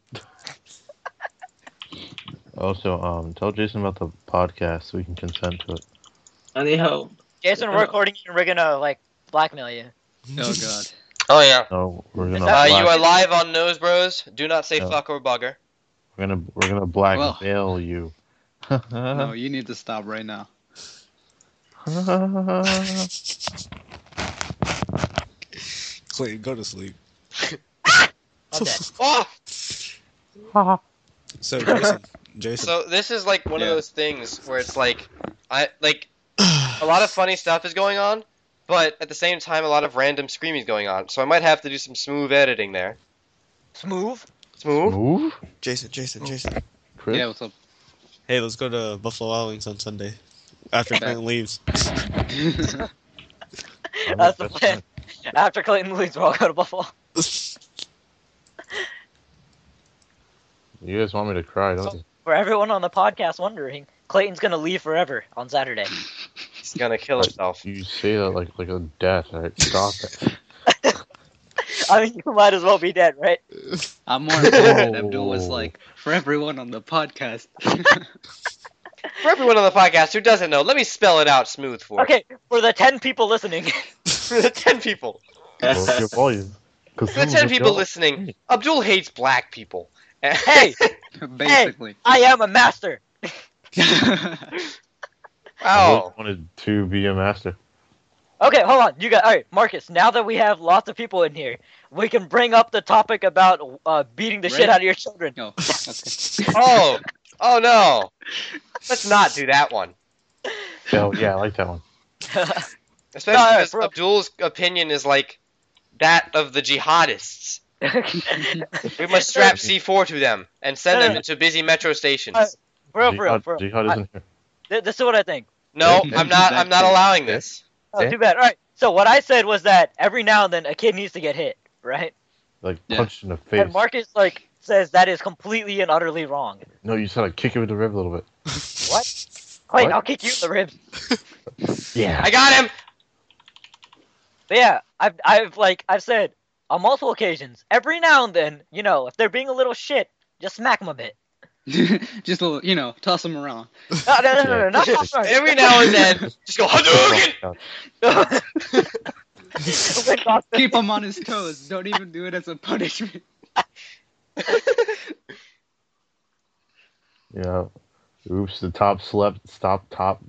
also, um, tell Jason about the podcast so we can consent to it. I need help. Jason, we're recording you and we're gonna, like, blackmail you. Oh god. Oh yeah. No, we're gonna Is Uh, that- black, you are live on Nose Bros. Do not say No. fuck or bugger. we're gonna we're gonna blackmail you. No, you need to stop right now. Clayton, go to sleep. I'm dead. Oh, So Jason, Jason. so this is like one Yeah. of those things where it's like, I like a lot of funny stuff is going on, but at the same time, a lot of random screaming is going on. So I might have to do some smooth editing there. Smooth. Smooth. Move, Jason, Jason, Jason. Chris. Yeah, what's up? Hey, let's go to Buffalo Wild Wings on Sunday after Clayton leaves. I'm That's the like, plan. After Clayton leaves, we'll all go to Buffalo. fine. You guys want me to cry, don't So- you? For everyone on the podcast wondering, Clayton's gonna leave forever on Saturday. He's gonna kill himself. You say that like like a death. All right, stop it. I mean, you might as well be dead, right? I'm more important. Oh. Abdul was like, for everyone on the podcast. For everyone on the podcast who doesn't know, let me spell it out smooth for you. Okay, for the ten people listening, For the ten people. Lower your volume. For the ten people listening, Abdul hates black people. hey, Basically. I am a master. I Wow. Oh. always wanted to be a master. Okay, hold on. You got all right, Marcus. Now that we have lots of people in here, we can bring up the topic about uh, beating the shit Right. out of your children. no. Okay. Oh. Oh no. Let's not do that one. Oh yeah, I like that one. Especially No, no, because bro. Abdul's opinion is like that of the jihadists. We must strap C4 to them and send No, no, them no. into busy metro stations. Uh, bro, bro, Jihad, bro. Jihad I- isn't here. Th- this is what I think. no, yeah, I'm not. I'm not exactly. allowing this. Oh, Yeah. too bad. All right. So what I said was that every now and then a kid needs to get hit, right? Like Yeah. punched in the face. And Marcus like says that is completely and utterly wrong. no, you said I kick him in the rib a little bit. What? Clayton, What? I'll kick you in the ribs. Yeah. I got him. But yeah, I've, I've like I've said on multiple occasions, every now and then, you know, if they're being a little shit, just smack them a bit. Just a little, you know, toss them around. No, no, no, no, no, not toss 'em Every now and then, just go Hadouken. around. When tossed- Keep him on his toes. Don't even do it as a punishment. Yeah. Oops, the top slept. Stop top.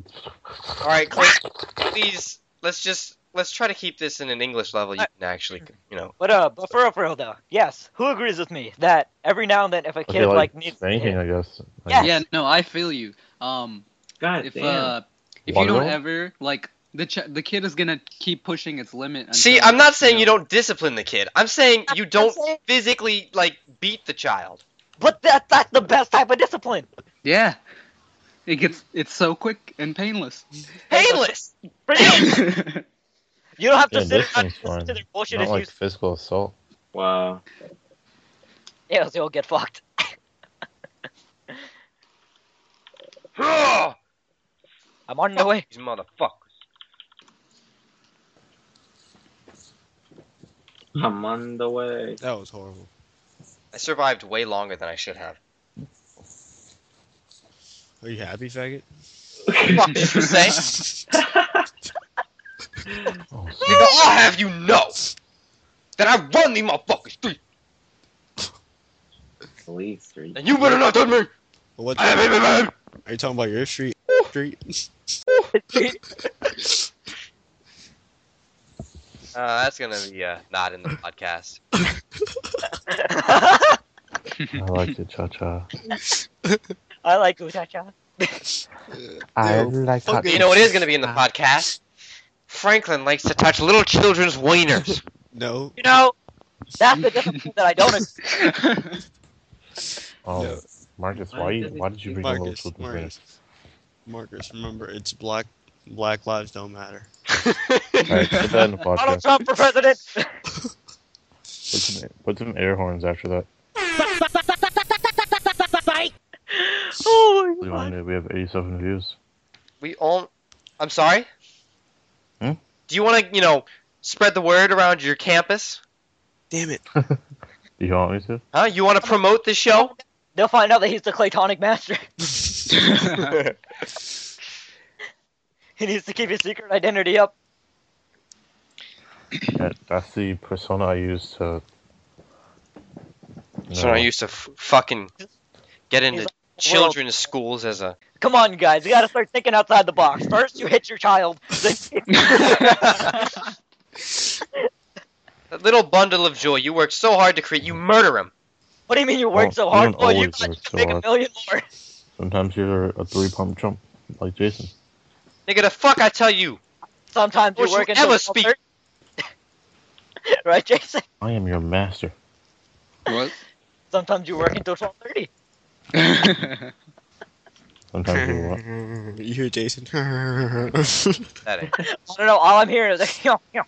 All right, Clint, please. Let's just let's try to keep this in an English level. You can actually, you know. But uh, but for real, for real though, yes. Who agrees with me that every now and then, if a kid Okay, like, like, needs to spanking, I guess. Like, Yeah. Yeah, no, I feel you. Um, God if damn. uh, if you Watermelon? don't ever like the ch- the kid is gonna keep pushing its limit. Until, See, I'm not saying know- you don't discipline the kid. I'm saying you don't saying- physically like beat the child. but that that's the best type of discipline. Yeah, it gets it's so quick and painless. Painless. For real. you don't have to Yeah, sit this around thing's and listen fine. to their bullshit Not if like you physical assault. Wow. Yeah, so you'll get fucked. These I'm on the way. motherfuckers. I'm on the way. That was horrible. I survived way longer than I should have. Are you happy, faggot? Fuck you say? Oh, Nigga, I'll have you know that I run these motherfuckers street, Police street. and you better not touch me. What I are have it, man. you talking about? Your street? Street? Uh, that's gonna be uh, not in the podcast. I I like the cha cha. like Uchacha. I Yo, like fuck hot it. You know what is gonna be in the cha-cha. podcast? Franklin likes to touch little children's wieners. No. You know, that's the discipline that I don't. Agree. Oh, Yeah. Marcus, why you, why did you bring a little Marcus, children's dinner? Marcus, Marcus. Remember, it's black. Black lives don't matter. Alright, put that in the Donald podcast. Trump for president. Put some, put some air horns after that. oh my We, god. only, we have 87 views. we all. I'm sorry. Hmm? Do you want to, you know, spread the word around your campus? Damn it. Do you want me to? Huh? You want to promote the show? They'll find out that he's the Claytonic Master. he needs to keep his secret identity up. That, that's the persona I use to. So I used to f- fucking get into He's children's schools as a. Come on, guys. You gotta start thinking outside the box. First, you hit your child. Then That little bundle of joy you worked so hard to create, you murder him. What do you mean you worked Oh, so hard you don't for? it? You always thought you work could so make a hard. million more. Sometimes you're a three pump jump, like Jason. Nigga, the fuck I tell you. Sometimes you Don't you work until ever speak. 12:30. right, Jason? I am your master. what? Sometimes you work until twelve thirty. Sometimes you're what? you hear Jason? That ain't. I don't know. All I'm hearing is yo, yo.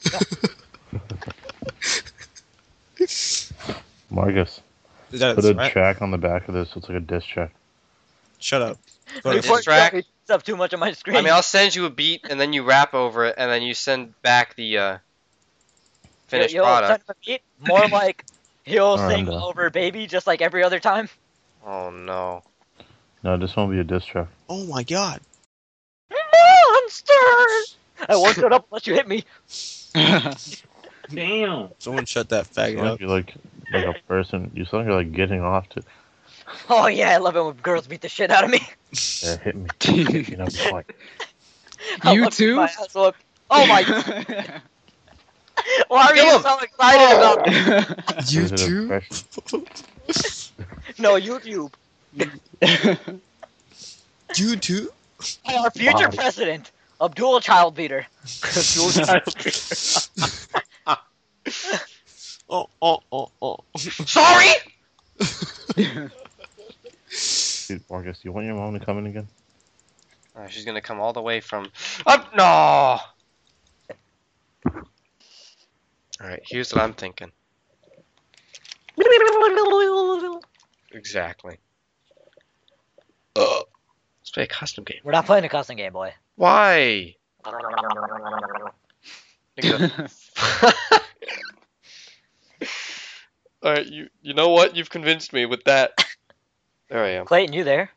Marcus, Is that a put a threat? track on the back of this. It's like a diss track. Shut up. Go to- Before Diss track. It's up too much on my screen. I mean, I'll send you a beat, and then you rap over it, and then you send back the uh, finished Yo- yo, product. son of a beat. More like he'll Alright, I'm sing done. over baby, just like every other time. Oh no. No, this won't be a diss track. oh my god. Monster! I won't shut up unless you hit me. Damn. Someone shut that You faggot sound like up. you're like like a person. You sound like you're like getting off to. Oh yeah, I love it when girls beat the shit out of me. Yeah, uh, hit me. You know, like, I You love too? my ass whooped. Oh my! Why are Kill you him. so excited about? is it a fresh- No, YouTube. YouTube? By our future Wow. president, Abdul Child Beater. Oh, oh, oh, oh. Sorry. Dude, Marcus, you want your mom to come in again? Uh, she's gonna come all the way from up. No. All right. Here's what I'm thinking. Exactly. Uh, let's play a custom game. We're not playing a cussing game, boy. Why? Nigga. All right, you you know what? You've convinced me with that. There I am. Clayton, you there?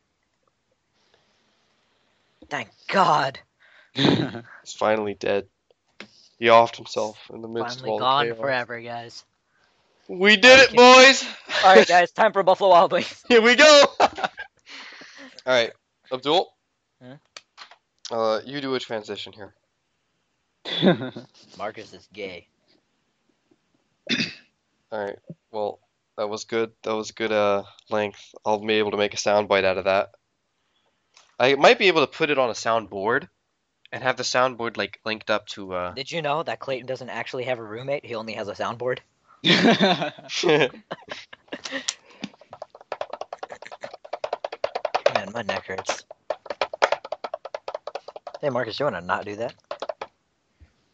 Thank God. He's finally dead. He offed himself in the midst of Finally all gone the chaos. forever, guys. We did it, boys! All right, guys, time for Buffalo Wild Wings. Here we go! all right, Abdul. Hmm? Uh, you do a transition here. Marcus is gay. All right. Well, that was good. That was good uh length. I'll be able to make a sound bite out of that. I might be able to put it on a soundboard and have the soundboard like linked up to uh Did you know that Clayton doesn't actually have a roommate? He only has a soundboard. Man, my neck hurts. Hey, Marcus, you want to not do that?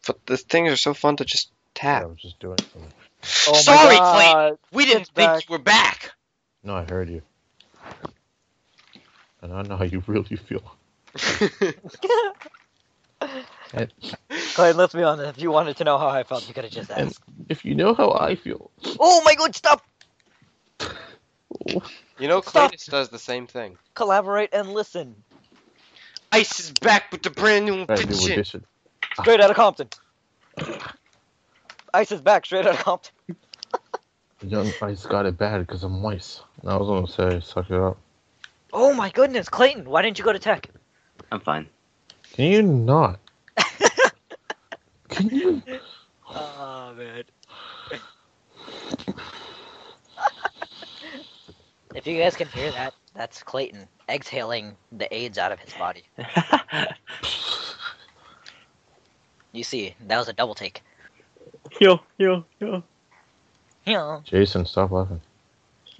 But the things are so fun to just Yeah, I tap. was just doing something. Oh my Sorry, Clayton. God. We didn't Clint's think back. you were back. No, I heard you. And I know how you really feel. And Clayton, let's be honest. If you wanted to know how I felt, you could have just And- asked. if you know how I feel, Oh my God! Stop. You know, Stop. Cletus does the same thing. Collaborate and listen. Ice is back with the brand new brand new edition. edition. Straight out of Compton. Ice is back. Straight out of Compton. Young Ice got it bad because I'm white. And I was gonna say, suck it up. Oh my goodness, Clayton! Why didn't you go to Tech? I'm fine. Can you not? Can you? Oh man. if you guys can hear that, that's Clayton exhaling the AIDS out of his body. You see, that was a double take. yo, yo, yo. Yeah. Jason, stop laughing.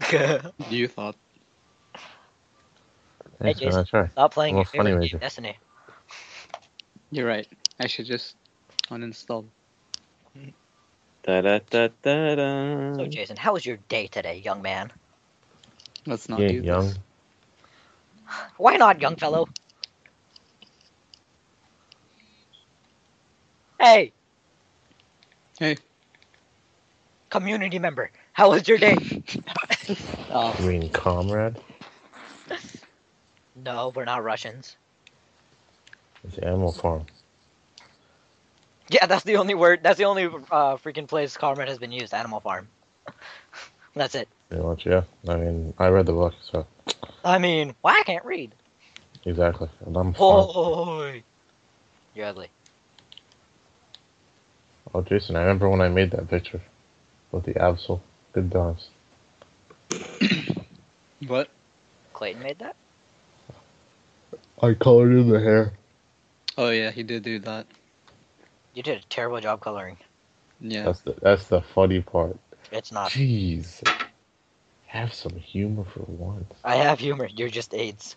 Stop You thought. Thanks, man. I Jason. try. playing Well, your favorite funny, game, Major. Destiny. You're right. I should just uninstall. Da da da da da. So, Jason, how was your day today, young man? Let's not You do ain't this. young. Why not, young fellow? Hey. Hey. Community member, how was your day? Oh, You mean comrade? no, we're not Russians. It's Animal Farm. Yeah, that's the only word. That's the only uh, freaking place Comrade has been used. Animal Farm. that's it. You know what? Yeah. I mean, I read the book, so I mean, why I can't read? exactly. And I'm Oh. farm. Boy, you're ugly. Oh, Jason, I remember when I made that picture with the Absol. Good times. what? Clayton made that. I colored in the hair. Oh yeah, he did do that. You did a terrible job coloring. Yeah. That's the that's the funny part. It's not. Jeez. Have some humor for once. I have humor. You're just AIDS.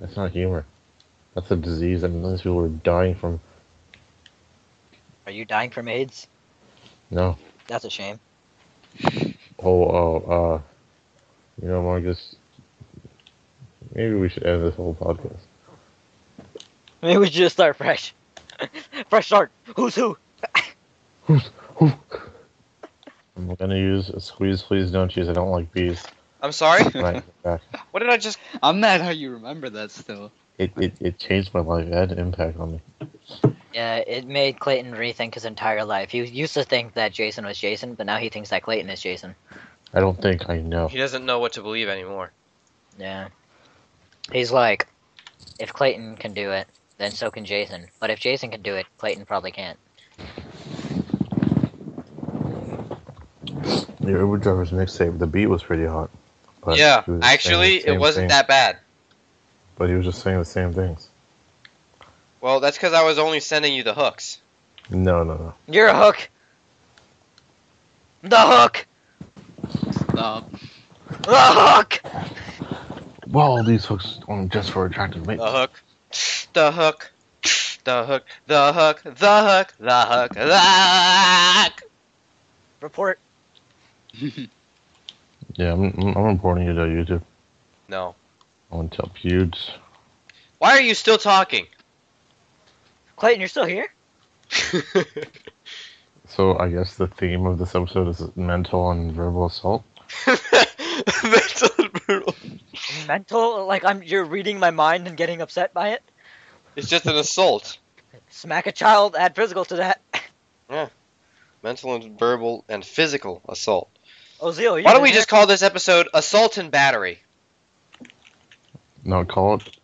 That's not humor. That's a disease that millions of people are dying from. Are you dying from AIDS? No. That's a shame. Oh, oh, uh, you know, Marcus. Maybe we should end this whole podcast. Maybe we should just start fresh. fresh start. Who's who? I'm gonna use a squeeze, please don't cheese. I don't like bees. I'm sorry? Right back. What did I just. I'm mad how you remember that still. It, it it changed my life. It had an impact on me. Yeah, it made Clayton rethink his entire life. He used to think that Jason was Jason, but now he thinks that Clayton is Jason. I don't think I know. He doesn't know what to believe anymore. Yeah. He's like, if Clayton can do it, then so can Jason. But if Jason can do it, Clayton probably can't. The Uber driver's mixtape. The beat was pretty hot. but yeah, he was just saying actually, the same it wasn't thing- that bad. But he was just saying the same things. Well, that's because I was only sending you the hooks. No, no, no. You're a hook. The hook. Stop. The hook. Well, these hooks aren't just for attractive mates. The hook. The hook. The hook. The hook. The hook. The hook. The hook. Report. Yeah, I'm, I'm I'm reporting you to YouTube. No. I want to tell Pewds. Why are you still talking? Clayton, you're still here? So I guess the theme of this episode is mental and verbal assault. Mental and brutal. Mental? Like I'm? You're reading my mind and getting upset by it? It's just an assault. Smack a child. Add physical to that. Mental and verbal and physical assault. Ozil, you Why don't we in just call this episode Assault and Battery? No, call it.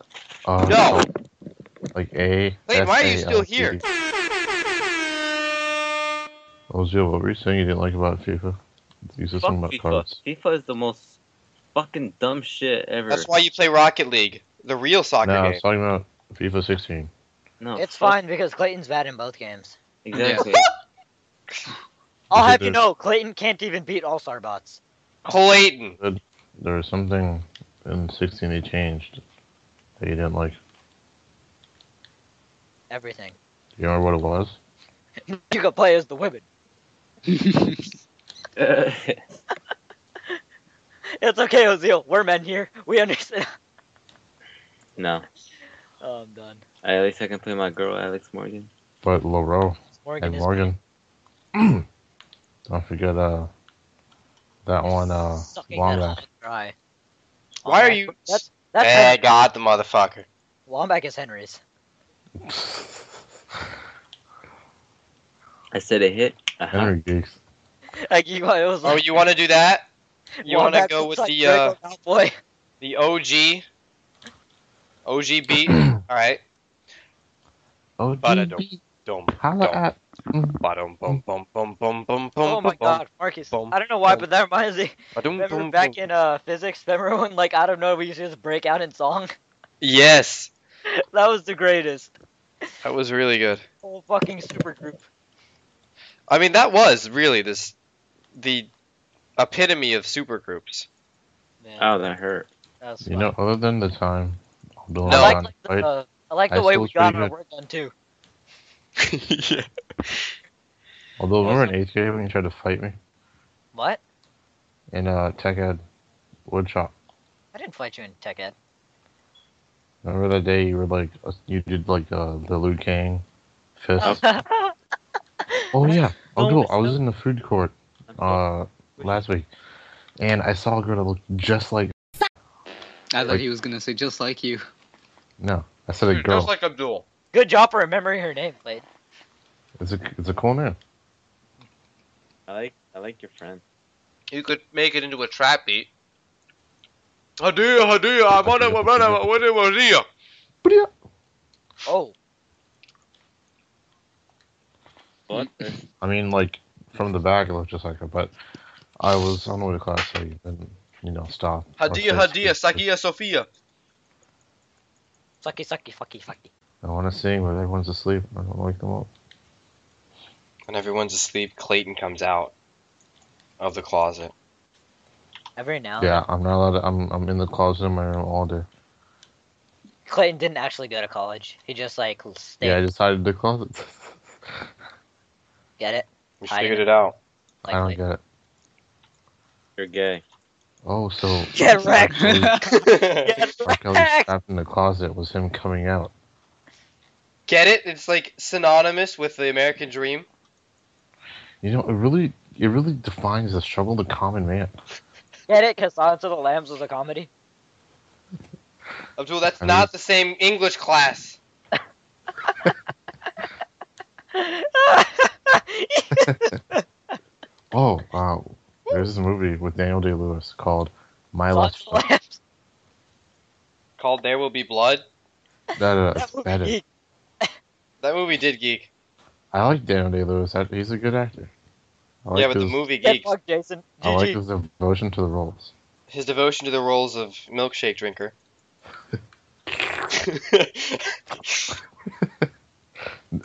Uh, No. Like A. Wait, why are you S A still L T. here? Ozil, what were you saying you didn't like about FIFA? You said Fuck something about FIFA. cards. FIFA is the most fucking dumb shit ever. That's why you play Rocket League, the real soccer No, I game. was talking about FIFA 16. No, there? It's Oh. fuck- fine because Clayton's bad in both games. Exactly. I'll Okay, have you there's- know, Clayton can't even beat All Star bots. Clayton. There was something in 16 they changed that you didn't like. Do Everything. you remember what it was? You can play as the women. It's okay, Oziel. We're men here. We understand. no. Oh, I'm done. At least I can play my girl, Alex Morgan. But LaRoe Morgan and is Morgan. Don't forget uh that one uh sucking that Wombat. hog dry. Why are Wombat- you- That's Oh, that's Hey, Henry. God, the motherfucker. Wombat is Henry's. I said it hit. Uh-huh. Henry Geeks. Like you, it was Oh, like, you want to do that? You want to Wombat go with looks like the uh, Draco Malfoy. the OG, OG beat? All right. Oh, But I don't. Dum, Holla dum, at ba-dum, bum, bum, bum, bum, bum, Oh bum, my bum, bum, God, Marcus! bum, I don't know why, bum. but that reminds me. ba-dum, Remember bum, back bum. in uh physics, remember when like I don't know we used to just break out in song? Yes, That was the greatest that was really good. whole fucking super group. I mean, that was really this the epitome of supergroups. Man, Uh, Oh, that hurt. that was you fun. know, other than the time Abdul I No. like, Hassan like the, played, uh, I like the High way school we is got pretty our good. work done too. yeah. although remember in eighth grade when you tried to fight me What? in uh tech ed woodshop. I didn't fight you in tech ed. Remember that day you were like uh, you did like uh, the Liu Kang fist. Oh. Oh yeah, Oh, Abdul. it's I was so- in the food court uh last week, and I saw a girl that looked just like I thought Like- he was gonna say just like you. no. I said a girl. Just Hmm, like Abdul. Good job for remembering her name, Blade. It's a it's a cool name. I like I like your friend. You could make it into a trap beat. Hadia, hadia, I want to run out with it, hadia. Oh, What? I mean, like from the back, it looked just like her, but I was on the way to class, so you didn't, you know, stop. Hadia, Watch hadia, this. sakia, sophia. sucky, sucky, fucky, fucky. I want to sing, but everyone's asleep. I don't wake them up. When everyone's asleep, Clayton comes out of the closet. Every now and Yeah, I'm not allowed. To, I'm I'm in the closet in my room all day. then. Clayton didn't actually go to college. He just like stayed. Yeah, I decided to closet. Get it? We I figured know. it out. Like, I don't like- get it. You're gay. Oh, so Get wrecked. Get Like I was wrecked. trapped in the closet was him coming out. Get it? It's like synonymous with the American dream. You know, it really it really defines the struggle of the common man. Get it? Because Silence of the Lambs was a comedy. Abdul, that's I not mean- the same English class. Oh, wow. There's this movie with Daniel Day Lewis called My Silence Last. of the Lambs. Called There Will Be Blood. No, no, no, That it's movie better. geek. That movie did geek. I like Daniel Day Lewis. He's a good actor. I like yeah, but the his- movie Get geek. fucked, Jason. I like GG. his devotion to the roles. His devotion to the roles of milkshake drinker. you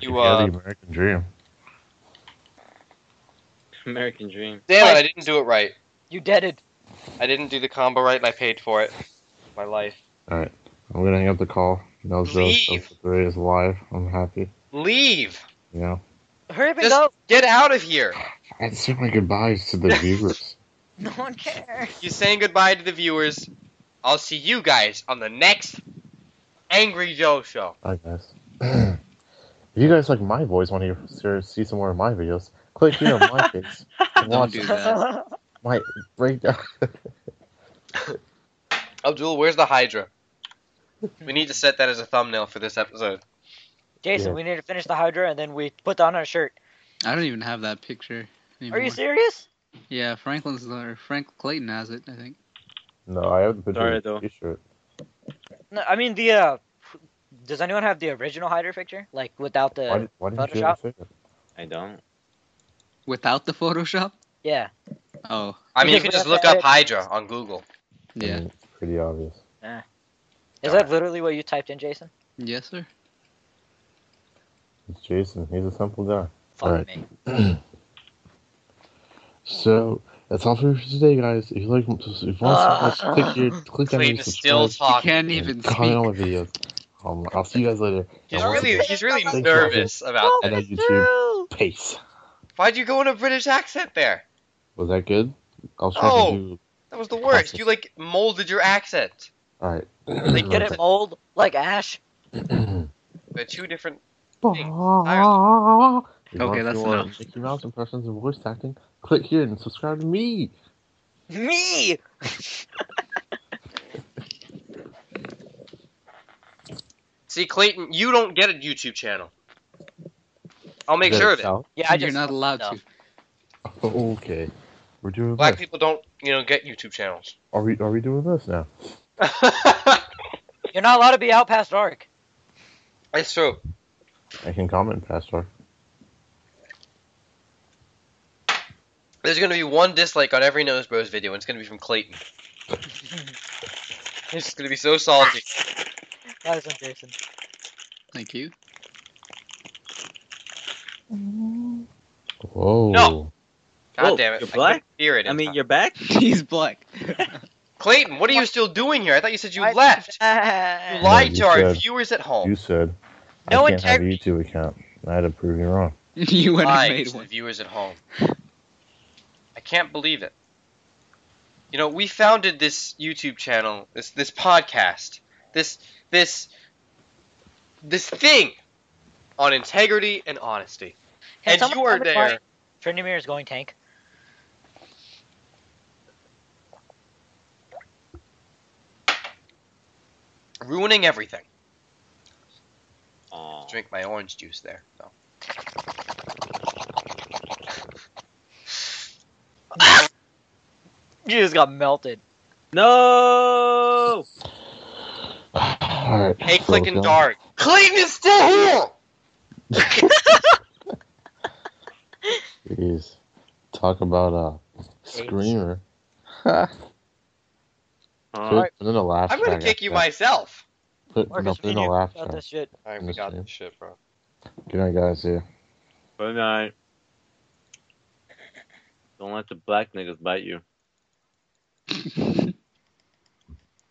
yeah, uh, the American Dream. American Dream. damn it! I didn't do it right. You deaded. I didn't do the combo right, and I paid for it. My life. All right, I'm gonna hang up the call. No Joe Leave. three is live. I'm happy. Leave. You know, Hurry up and Just go. get out of here. I would say my goodbyes to the viewers. No one cares. He's saying goodbye to the viewers. I'll see you guys on the next Angry Joe show. I guess. if you guys like my voice, want to hear, see some more of my videos, click here on my face and Don't watch do that. my breakdown. Abdul, where's the Hydra? We need to set that as a thumbnail for this episode. Jason, Yeah. we need to finish the Hydra and then we put on our shirt. I don't even have that picture anymore. Are you serious? Yeah, Franklin's or Frank Clayton has it, I think. No, I have the Sorry, picture though. of the t-shirt. No, I mean the. uh Does anyone have the original Hydra picture, like without the? Why, did- why didn't you Photoshop? have the picture? I don't. Without the Photoshop? yeah. Oh, I mean, you can Because we just have look to up edit. Hydra on Google. I yeah. mean, it's pretty obvious. Is Got that literally what you typed in, Jason? Yes, sir. It's Jason. He's a simple guy. Fuck Alright. me. So that's all for today, guys. If you like, if you want to click here, click on Clayton the is still subscribe. You talking. can't and even comment on speak. my videos. Um, I'll see you guys later. He's And once really again, he's really Thank you. nervous about and that. on YouTube, peace. Why'd you go in a British accent there? Was that good? I was trying No. to do. That was the worst. You like molded your accent. All right. Like, Get it mold like Ash. They're two different. Okay, that's enough. Mickey Mouse impressions and voice acting. Click here and subscribe to me. Me. See, Clayton, you don't get a YouTube channel. I'll make Is sure of that it. out? Yeah, I You're just not allowed to. okay. We're doing Black this. people don't, you know, get YouTube channels. Are we? Are we doing this now? You're not allowed to be out past dark. It's true. I can comment, Pastor. There's gonna be one dislike on every Nose Bros video, and it's gonna be from Clayton. It's gonna be so salty. Nice one, Jason. Thank you. Whoa. No. God Whoa, damn it! you're I black? couldn't hear it. I in mean, time. you're back. He's black. Clayton, what are you still doing here? I thought you said you Why- left. You Ah. lied you to our said- viewers at home. You said No I can't have a integrity. YouTube account. and I had to prove you wrong. you went and lying made to the one. viewers at home. I can't believe it. You know, we founded this YouTube channel, this this podcast, this this this thing on integrity and honesty. Can and someone you are tell me why there. Trinimir is going tank. ruining everything. Aw. Drink my orange juice there. No. You just got melted. No. All right. Hey, so click and go- dart. Clayton is still here. Jeez. Talk about uh, Eight. screamer. Uh, Put in a laugh I'm gonna track kick you after myself. that. Put, no, Marcus, put we in need a to laugh about track. this shit. Alright, we we got got this this shit, bro. Good night, guys. See ya. good night. Don't let the black niggas bite you.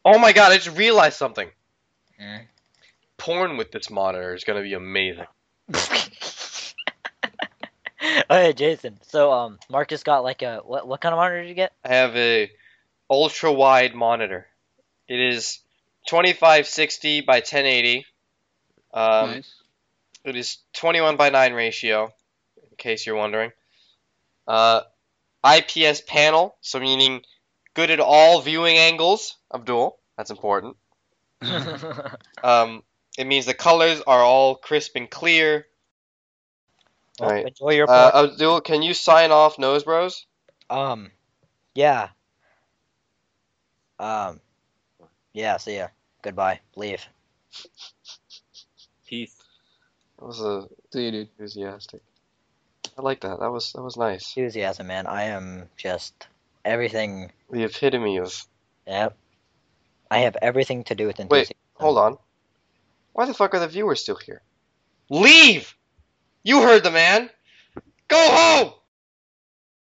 Oh my god, I just realized something. Hmm? Porn with this monitor is gonna be amazing. Oh yeah, Jason. So um, Marcus got like a what? What kind of monitor did you get? I have a ultra wide monitor. It is 2560 by 1080. Um, nice. It is 21 by 9 ratio, in case you're wondering. Uh, IPS panel, so meaning good at all viewing angles of dual. That's important. Um, it means the colors are all crisp and clear. Oh, All right. Enjoy your Uh, porn. Abdul, can you sign off Nose Bros? um, yeah. Um, yeah. See ya. Goodbye. Leave. Peace. That was uh, See you, dude. enthusiastic. I like that. That was that was nice. Enthusiasm, man. I am just everything. The epitome of. Yep. I have everything to do with Wait, enthusiasm. hold on. Why the fuck are the viewers still here? Leave! You heard the man. Go home.